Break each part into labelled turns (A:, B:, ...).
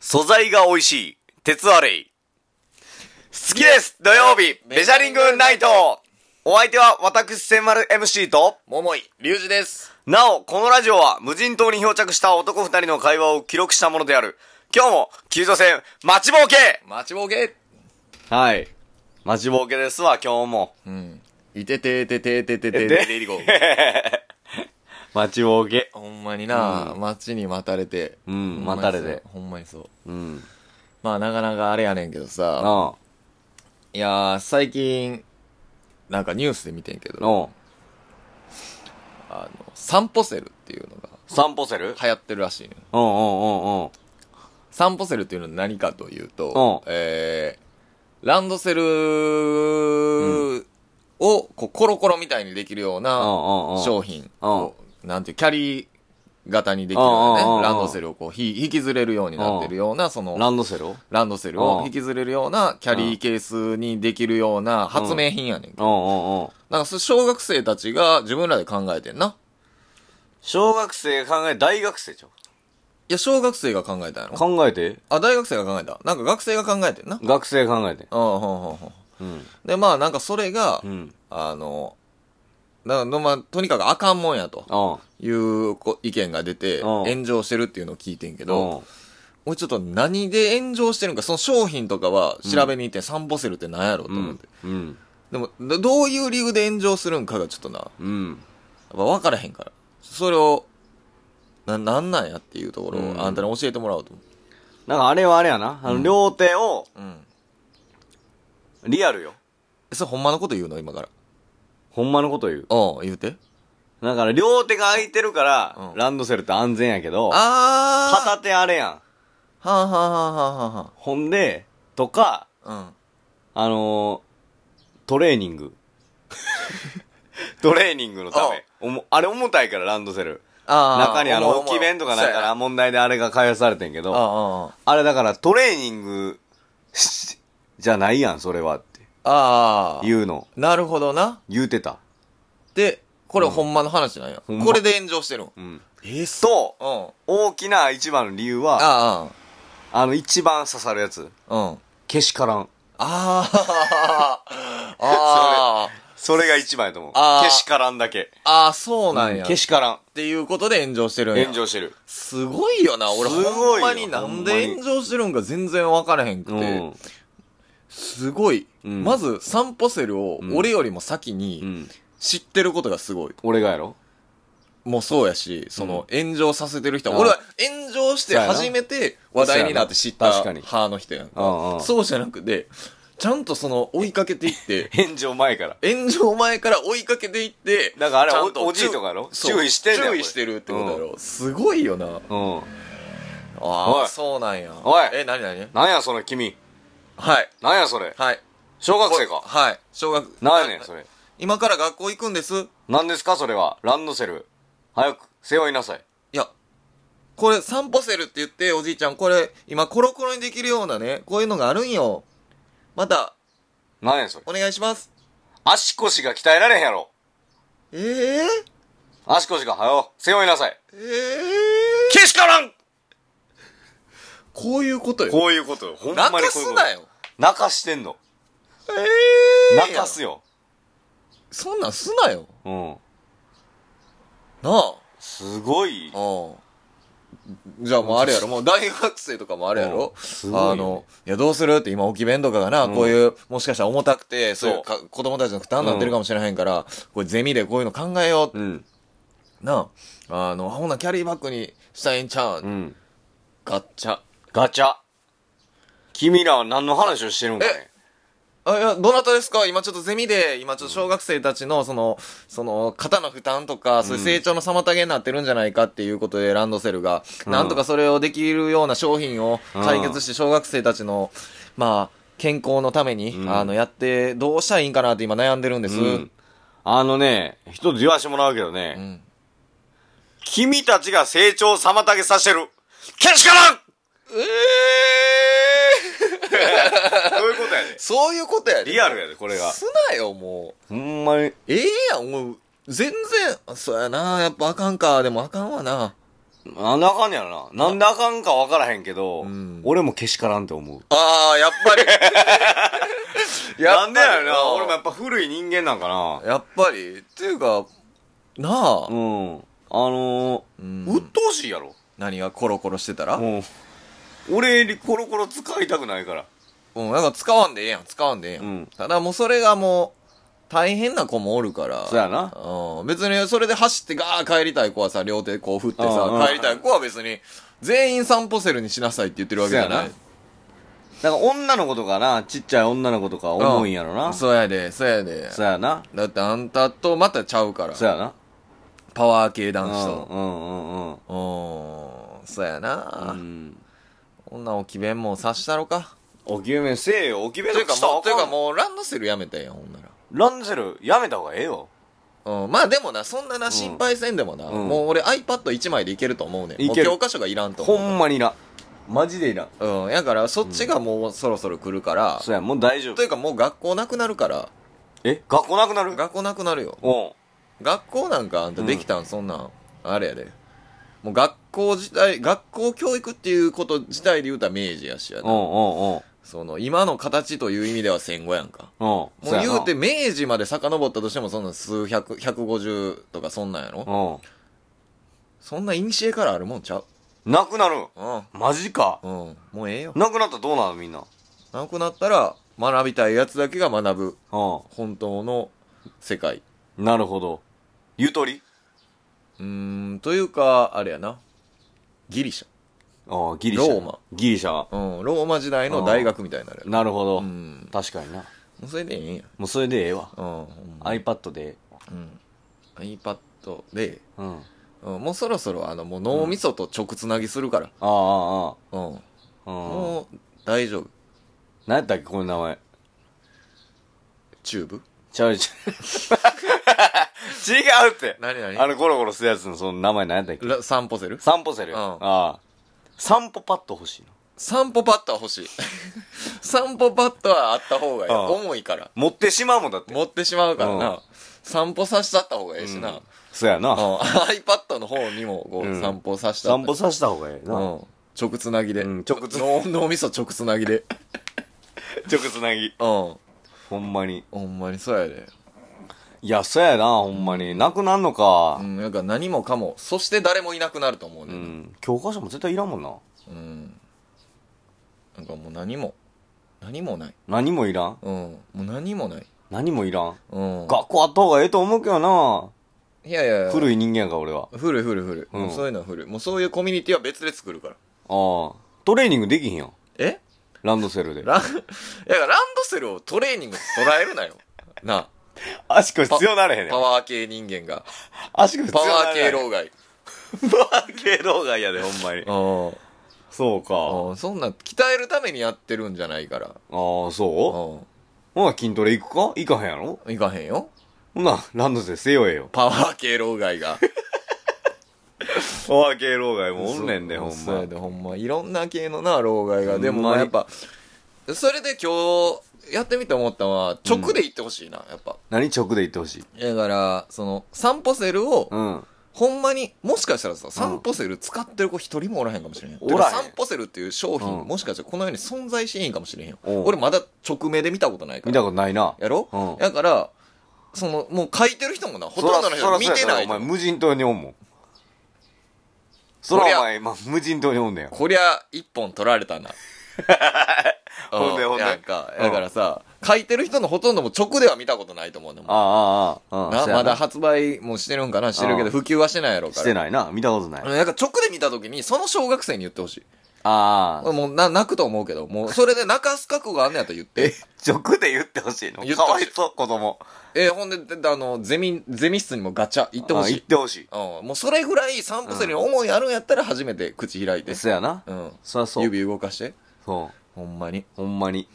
A: 素材が美味しい、鉄アレイ。好きです土曜日、メジャリングナイトお相手は私、千丸 MC と、
B: 桃井隆二です。
A: なお、このラジオは無人島に漂着した男二人の会話を記録したものである。今日も、救助船、待ちぼうけ
B: 待ちぼうけ
A: はい。待ちぼうけですわ、今日も。
B: うん。いてててててててて
A: で
B: ててりご。
A: 待ちぼうけ。
B: ほんまにな、待ちに待たれて。
A: うん
B: ほまに
A: 待たれて
B: そうほんまにそう。
A: うん。
B: まあなかなかあれやねんけどさ。
A: あ
B: いやー、最近、なんかニュースで見てんけ
A: あ。
B: ど、
A: うん。
B: あの、散歩セルっていうのが
A: 散歩セル
B: 流行ってるらしいねん。
A: うんうんうんうん。
B: 散歩セルっていうのは何かというと
A: う、
B: えー、ランドセルをこうコロコロみたいにできるような
A: うんうんうん
B: 商品を、なんていう、キャリー型にできるよう
A: うんうんうん
B: な
A: うん
B: ね、ランドセルをこうひ引きずれるようになってるような、その、
A: ランドセルうん
B: ランドセル
A: う
B: を
A: ん
B: 引きずれるようなキャリーケースにできるような発明品やねん。
A: うんうん。
B: なんかそう小学生たちが自分らで考えてんな。
A: 小学生が考え、大学生ちゃう
B: いや、小学生が考えたんやろ
A: 考えて
B: あ、大学生が考えた。なんか学生が考えてんな。
A: 学生考えて。
B: うん、ほんほんほん。
A: うん。
B: で、まあなんかそれが、
A: うん。
B: あの、なのまあ、とにかくあかんもんやと
A: うん。
B: いうこ意見が出て、
A: うん
B: 炎上してるっていうのを聞いてんけど、俺ちょっと何で炎上してるんか、その商品とかは調べに行って、サンボセルって何やろうと
A: う
B: 思っ
A: ん
B: て。。
A: うん。
B: でも、どどういう理由で炎上するんかがちょっとな、やっ
A: うん。
B: ぱ分からへんから。それを、な、なんなんやっていうところ
A: う
B: を
A: ん
B: あんたに教えてもらおうと思
A: なんかあれはあれやな。あの、両手を、
B: う。うん。
A: リアルよ。
B: それほんまのこと言うの今から。
A: ほんまのこと言う。
B: うん、言うて。
A: だから両手が空いてるから、
B: うん
A: ランドセルって安全やけど、
B: あー
A: 片手あれやん。
B: はあはあはあはあは
A: ほんで、とか、
B: あ。うん。
A: あのー、トレーニング。トレーニングのため。おもあれ重たいから、ランドセル。
B: あー
A: 中にあの、
B: 思う
A: 置き弁とかなん
B: そう
A: か
B: や
A: な問題であれが開発されてんけど、
B: あ
A: あれだからトレーニングしじゃないやん、それはって
B: あ、ああ。
A: 言うの。
B: なるほどな。
A: 言うてた。
B: で、これほんまの話なんや。
A: ほんま
B: これで炎上してるん。
A: うん。
B: えそ
A: と、
B: うん。あ
A: 大きな一番の理由は、あ
B: あ、
A: の、一番刺さるやつ。
B: うん。
A: けしからん。
B: ああ、 ああ、
A: それが一番やと思う
B: あ。ー
A: けしからんだけ。
B: ああ、そうなんや。
A: け
B: っ
A: しからん。
B: ていうことで炎上してるんや。
A: 炎上してる。
B: すごいよな。俺
A: すごいよ
B: ほんまになんで炎上してるんか全然わからへんく
A: う
B: て
A: ん。。
B: すごい。
A: うん
B: まず、散歩セルを
A: うん
B: 俺よりも先
A: う
B: に
A: ん。
B: 知ってることがすごい。
A: 俺がやろ
B: もうそうやし、その、炎上させてる人は、
A: ああ
B: 俺は炎上して
A: そうやな
B: 初めて話題になって知った
A: そうやな確かに
B: 派の人やんか
A: ああああ
B: そうじゃなくて、ちゃんとその、追いかけて いって、
A: 炎上前から。
B: 炎上前から追いかけていって、
A: だからあれ
B: ちゃん
A: おおじいとかやろ
B: そう
A: 注意してんねんこ
B: 注
A: れ
B: 意してるってことやろ。すごいよな。
A: うん。
B: あ
A: おい
B: あ、そうなんや。
A: おい
B: え、なになに
A: なんやその君。
B: はい。
A: なんやそれ。
B: はい。
A: 小学生
B: こ
A: か。
B: はい。小学。
A: なんやねんそ
B: れ。
A: れ。
B: 今から学校行くんです。
A: なんですかそれは。ランドセル。早く、背負いなさい。
B: いや、これ、散歩セルって言って、おじいちゃん、これ、今、コロコロにできるようなね、こういうのがあるんよ。また、
A: なんやそれ。
B: お願いします。
A: 足腰が鍛えられへんやろ。
B: ええ
A: 足腰がはよ、背負いなさい。
B: ええ
A: けしからん
B: こういうことよ。
A: こういうことよ。ほんま
B: 泣
A: にこういう
B: か
A: こと。
B: すな。よ。
A: 泣かしてんの。
B: ええ
A: 泣かす
B: よ。
A: よ。
B: そんなんすなよ。
A: うん。
B: なあ。
A: すごい。
B: うん。じゃあもうあれやろ、もう大学生とかもあれやろ
A: う。んすごいよね
B: あの、いやどうするって今置き弁とかがな、
A: ん
B: こういう、もしかしたら重たくて、そうい
A: そう
B: うか子供たちの負担になってるかもしれへんから、これゼミでこういうの考えようって
A: うん。
B: なあ、あの、ほな、キャリーバッグにしたらええんちゃう、
A: うん。
B: ガッチャ。
A: ガチャ。君らは何の話をしてるんかね。
B: あ、いや、どなたですか今ちょっとゼミで、今ちょっと小学生たちの、その、その、肩の負担とか、そういう成長の妨げになってるんじゃないかっていうことで、ランドセルが、
A: うん
B: なんとかそれをできるような商品を
A: うん
B: 解決して、小学生たちの、まあ、健康のために、
A: うん
B: あの、やって、どうしたらいいんかなって今悩んでるんです。
A: うん。あのね、一つ言わしてもらうけどね。
B: ん
A: 君たちが成長を妨げさせてる。けしからんそういうことやで。
B: そういうことやで。
A: リアルやで、これが。
B: すなよ、も
A: ほ
B: う。
A: んまに。
B: ええやん、もう、全然、そうやな、やっぱあかんか、でもあかんわな。
A: なんであかんねやろな。なんであかんかわからへんけど、
B: ん
A: 俺もけしからんって思う。
B: ああ、やっぱり。
A: なん でやろな。俺
B: 俺
A: も
B: も
A: やっぱ古い人間なんかな。
B: やっぱり。っていうか、なあ。
A: うん。あの
B: う
A: ー、
B: ん
A: 鬱陶しいやろ。
B: 何がコロコロしてたらうん。
A: うん。俺にコロコロ使いたくないから。
B: なんか使わんでええやん。使わんでええやん。
A: うん
B: ただもうそれがもう、大変な子もおるから。
A: そうやな
B: うん。別にそれで走ってガー帰りたい子はさ、両手こう振って
A: うんうん
B: さ、帰りたい子は別に、全員散歩セルにしなさいって言ってるわけじゃない。
A: なんか女の子とかな、ちっちゃい女の子とか思うんやろな。
B: う
A: そ
B: そうやで、そうやで。
A: うやな。
B: だってあんたとまたちゃうから。
A: そうやな。
B: パワー系
A: う
B: 男子
A: ん、
B: と。
A: うん、うん、うん。
B: うーん、そうやな。
A: うん。
B: 女置き弁もさしたろか。
A: おきめせえよ。おきめ
B: というかもう、というか
A: う。
B: もうランドセルやめたやん、ほんなら。
A: ランドセル、やめた方がええよ。
B: うん、まあでもな、そんなな、心配せんでもな、
A: うん
B: もう俺 iPad1 枚でいけると思うねん。
A: いける
B: もう教科書がいらんと
A: ほ
B: 思
A: んまにいらん。マジでいらん。
B: う。うん、やからそっちがもうそろそろ来るから、
A: そうや、もう大丈
B: と
A: 夫
B: い。うかもう学校なくなるから、
A: え学校なくなる
B: 学校なくなるよ。
A: お
B: 学校なんかあんたできたん、そんなん、あれやで。もう学校自体、学校教育っていうこと自体で言うたら明治やしや
A: うん、う
B: な。
A: ん、うん。
B: その、今の形という意味では戦後やんか。
A: うん。も
B: もう言うて、明治まで遡ったとしてもそんなん数百、150とかそんなんやろ、
A: う
B: そんな古からあるもんちゃう。
A: ん。なくなる。
B: うん。
A: マジか
B: う。ん。もうええよ。
A: なくなったらどうなるみんな。
B: なくなったら、学びたいやつだけが学ぶ。
A: う
B: 本当の世界。
A: ん。なるほど。ゆとり
B: うーん、というか、あれやな。ギリシ
A: ああ、ギリシャ。
B: ローマ。
A: ギリシャ。
B: ャ。うん。ローマ時代の大学みたいになるやろ。
A: なるほど。
B: うん
A: 確かにな。
B: もうそれでええんや。
A: もうそれでええわ。
B: うん。ほんま
A: iPad で。
B: うん。iPad で、
A: うん。あ
B: うん、もうそろそろ、あの、もう脳みそと直つなぎするから。
A: あ、あ
B: うん。
A: あ、ああ。うん。
B: もう、大丈夫。
A: 何やったっけ、この名前。
B: チューブ
A: ちゃうち ゃう。違うって。
B: 何何
A: あの、ゴロゴロするやつのその名前何やったっけ
B: ラ散歩セル
A: 散歩セル。
B: うん
A: ああ。散歩パッド欲しいな。
B: 散歩パッドは 欲しい。散歩パッドはあった方がいい。
A: ああ
B: 重いから。
A: 持ってしまうもんだって。
B: 持ってしまうから
A: うん
B: な。散歩させたった方がええしな。うん
A: そうやな。
B: iPad の方にもこ
A: う
B: うん散歩させた
A: 散
B: った
A: 歩させた方がええな。
B: う
A: 直
B: ん。直つなぎで。
A: うん直つ
B: 脳脳みそ直つなぎで。
A: つなぎ。
B: うん。ほ
A: ほんまに。
B: んまにそうやで。
A: いや、そうやな、ほんまに。なくなんの
B: う
A: か。
B: ん。なんか何もかも。そして誰もいなくなると思う
A: う
B: ねんな。
A: ん。教科書も絶対いらんもんな。
B: うん。なんかもう何も。何もない。
A: 何もいらん
B: うん。もう何もない。
A: 何もいらん。
B: うん。
A: 学校あった方がええと思うけどな。
B: いやいやいや。
A: 古い人間やから、俺は。
B: 古い古い古い、
A: うん
B: もうそういうのは古いもうそういうコミュニティは別で作るか
A: あ
B: ら
A: あ。トレーニングできひんやん。
B: え
A: ランドセルで。
B: ラン いやランドセルをトレーニングと捉えるなよなあ
A: 足腰強なれへんね
B: パ
A: ん。
B: ワー系人間が
A: 足腰強
B: パワ
A: な
B: ー系
A: れへん。
B: 老害
A: パワー系老害やで、ほんまに。
B: あ
A: そうか。あ
B: あそんなん鍛えるためにやってるんじゃないから
A: ああ、
B: あ
A: そうほな、筋トレ行くか行かへんやろ
B: いかへんよ
A: ほな、ランドセルせよえよ。
B: パワー系老害が
A: パワー系老害 もおんねんで、ほん
B: そう
A: ま
B: や。でほんまいろんな系のな老害
A: ほ
B: が
A: んま
B: で
A: に
B: もまあやっぱそれで今日やってみて思ったのは直で行ってほしいな、やっぱ
A: 何直で言ってほしい
B: だからその散歩セルを、
A: うん。
B: ほんまに、もしかしたらさ、散歩セル使ってる子一人もおらへんかもしれへん。
A: おらへん
B: てか散歩セルっていう商品、
A: うん
B: もしかしたらこの世に存在しへんかもしれへんよ。
A: うん
B: 俺まだ直目で見たことないから。
A: 見たことないな。
B: やろ、
A: うん
B: だから、その、もう書いてる人もな、ほとんどの人
A: そら
B: 見てない
A: そらそうやお前
B: と。
A: 無人島におんもん。そらお前今無人島におんねん。
B: こりゃ、一本取られたな。
A: ほんで
B: う
A: ほんで
B: なんか、
A: うん
B: だからさ、書いてる人のほとんども直では見たことないと思うねんもん
A: ああ、ああ、ああ
B: な。まだ発売もしてるんかなしてるけ
A: うん
B: ど、普及はしてないやろうから。
A: してないな。見たことない。あ
B: なんか直で見たときに、その小学生に言ってほしい。
A: あ。
B: もうな、泣くと思うけど、もう、それで泣かす覚悟があんねやったら言って。
A: 直で言ってほしいの
B: 言ってほしい
A: かわいそう、子供。
B: えーほんで、であの、ゼミ、ゼミ室にもガチャ行ってほ
A: あ
B: し
A: 言っ
B: い。
A: てほし
B: うん。もうそれぐらい散歩するに思いあるんやったら初めて口開いて
A: い。。そやな。
B: うん。
A: そらそう。
B: 指動かして。
A: そ
B: ほんまに。
A: う。ほんまに。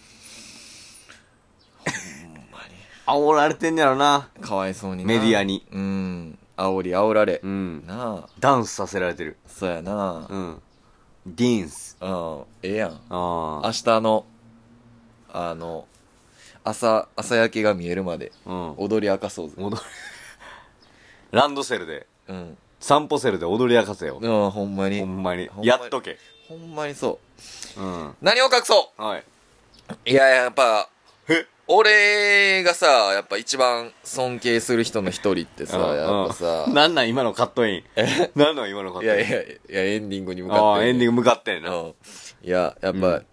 B: ほんま
A: 煽られてんやろな。
B: に。かわいそうにな
A: メディアに。
B: うん。煽り煽られ
A: う。ん。
B: なあ。
A: ダンスさせられてる。
B: そうやな
A: うん。ディーンス。
B: うん。ええやん。
A: あ
B: 明日の、あの、朝、朝焼けが見えるまで
A: あ。うん。
B: 踊り明かそうぜ。
A: 戻る。ランドセルで。
B: うん。
A: 散歩セルで踊り明かせよ。
B: うん、ほんまに。
A: ほんまに
B: ほん。まに
A: やっとけ。
B: ほんまにそ
A: うん。
B: う。何を隠そ
A: はい。
B: ういや、やっぱ、
A: え
B: 俺がさ、やっぱ一番尊敬する人の一人ってさ、
A: うん
B: やっぱさ
A: うん、なんなん今のカットイン。なんなん今のカットイン。
B: いやいや、いや、エンディングに向か
A: あ
B: っ
A: あ、
B: て。
A: エンディン
B: グ。
A: グ向かってん
B: う
A: な。
B: ん。いや、やっぱ、
A: うん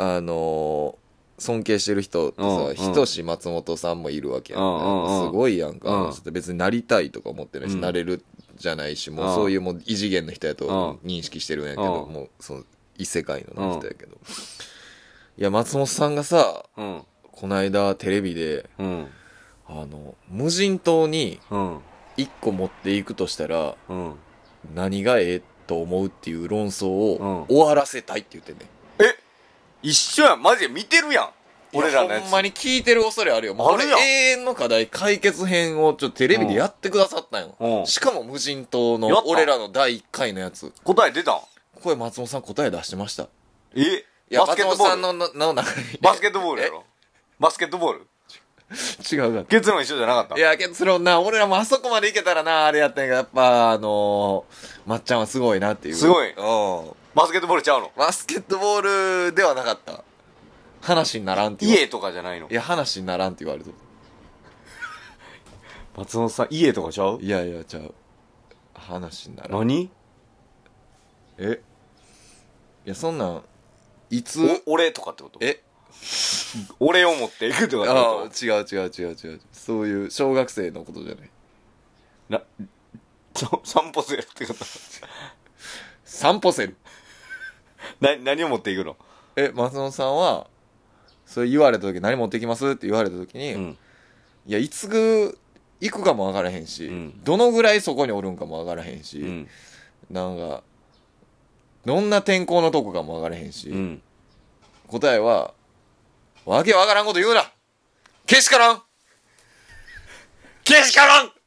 B: あのー尊敬してる人って
A: うんうん
B: さ、ひとし松本さんもいるわけやんか。
A: うんうんうん
B: すごいやんか。
A: うん
B: あの人って別になりたいとか思ってないし、
A: うん
B: なれるじゃないし、もううんそういうもう異次元の人やと
A: う
B: 認識してるんやけど、
A: うん
B: もうその異世界の人やけど。いや、松本さんがさ、
A: うん。
B: こないだテレビで、
A: うん。
B: あの、無人島に
A: うん。
B: 一個持っていくとしたら、
A: うん。
B: 何がええと思うっていう論争を
A: う
B: 終わらせたいって言ってんね、
A: 一緒やん。マジで見てるやん。俺らのや
B: ほ
A: つ。
B: んまに聞いてる恐れあるよもう
A: あるやん
B: これ永遠の課題解決編をちょっとテレビでやってくださったんよ、
A: うん
B: しかも無人島
A: やっ
B: の
A: た
B: 俺らの第1回のやつ
A: 答え出たん
B: これ松本さん答え出してました
A: え
B: いや
A: バス
B: 松
A: ケット
B: 本
A: ボ
B: さ
A: ール
B: んのなの中に
A: バスケットボールやろバスケットボール
B: 違うか
A: 結論一緒じゃなかった
B: いや結論な俺らもあそこまでいけたらなあれやったんやけどやっぱあのー、まっちゃんはすごいなっていう
A: すごい
B: うん
A: バスケットボールちゃうの
B: バスケットボールではなかった話にならんって言われ
A: 家とかじゃないの
B: いや話にならんって言われて
A: 松本さん家とかちゃう
B: いやいや、ちゃう。話にならん。い
A: 何え
B: や、そんなん、いつ、
A: お俺とかってこと
B: え
A: 俺を持っていくってこ
B: ああ、
A: と
B: 違う違う違う違う。そういう、小学生のことじゃない。
A: なちょ散歩するってこと
B: 散歩せる。
A: な何を持っていくの
B: え、松本さんは、それ言われた時何持ってきますって言われた時に、
A: うん
B: いや、いつぐ、行くかもわからへんし、
A: うん
B: どのぐらいそこにおるんかもわからへんし、
A: うん
B: なんか、どんな天候のとこかもわからへんし、
A: うん
B: 答えは、わけわからんこと言うなけしからん
A: けしからん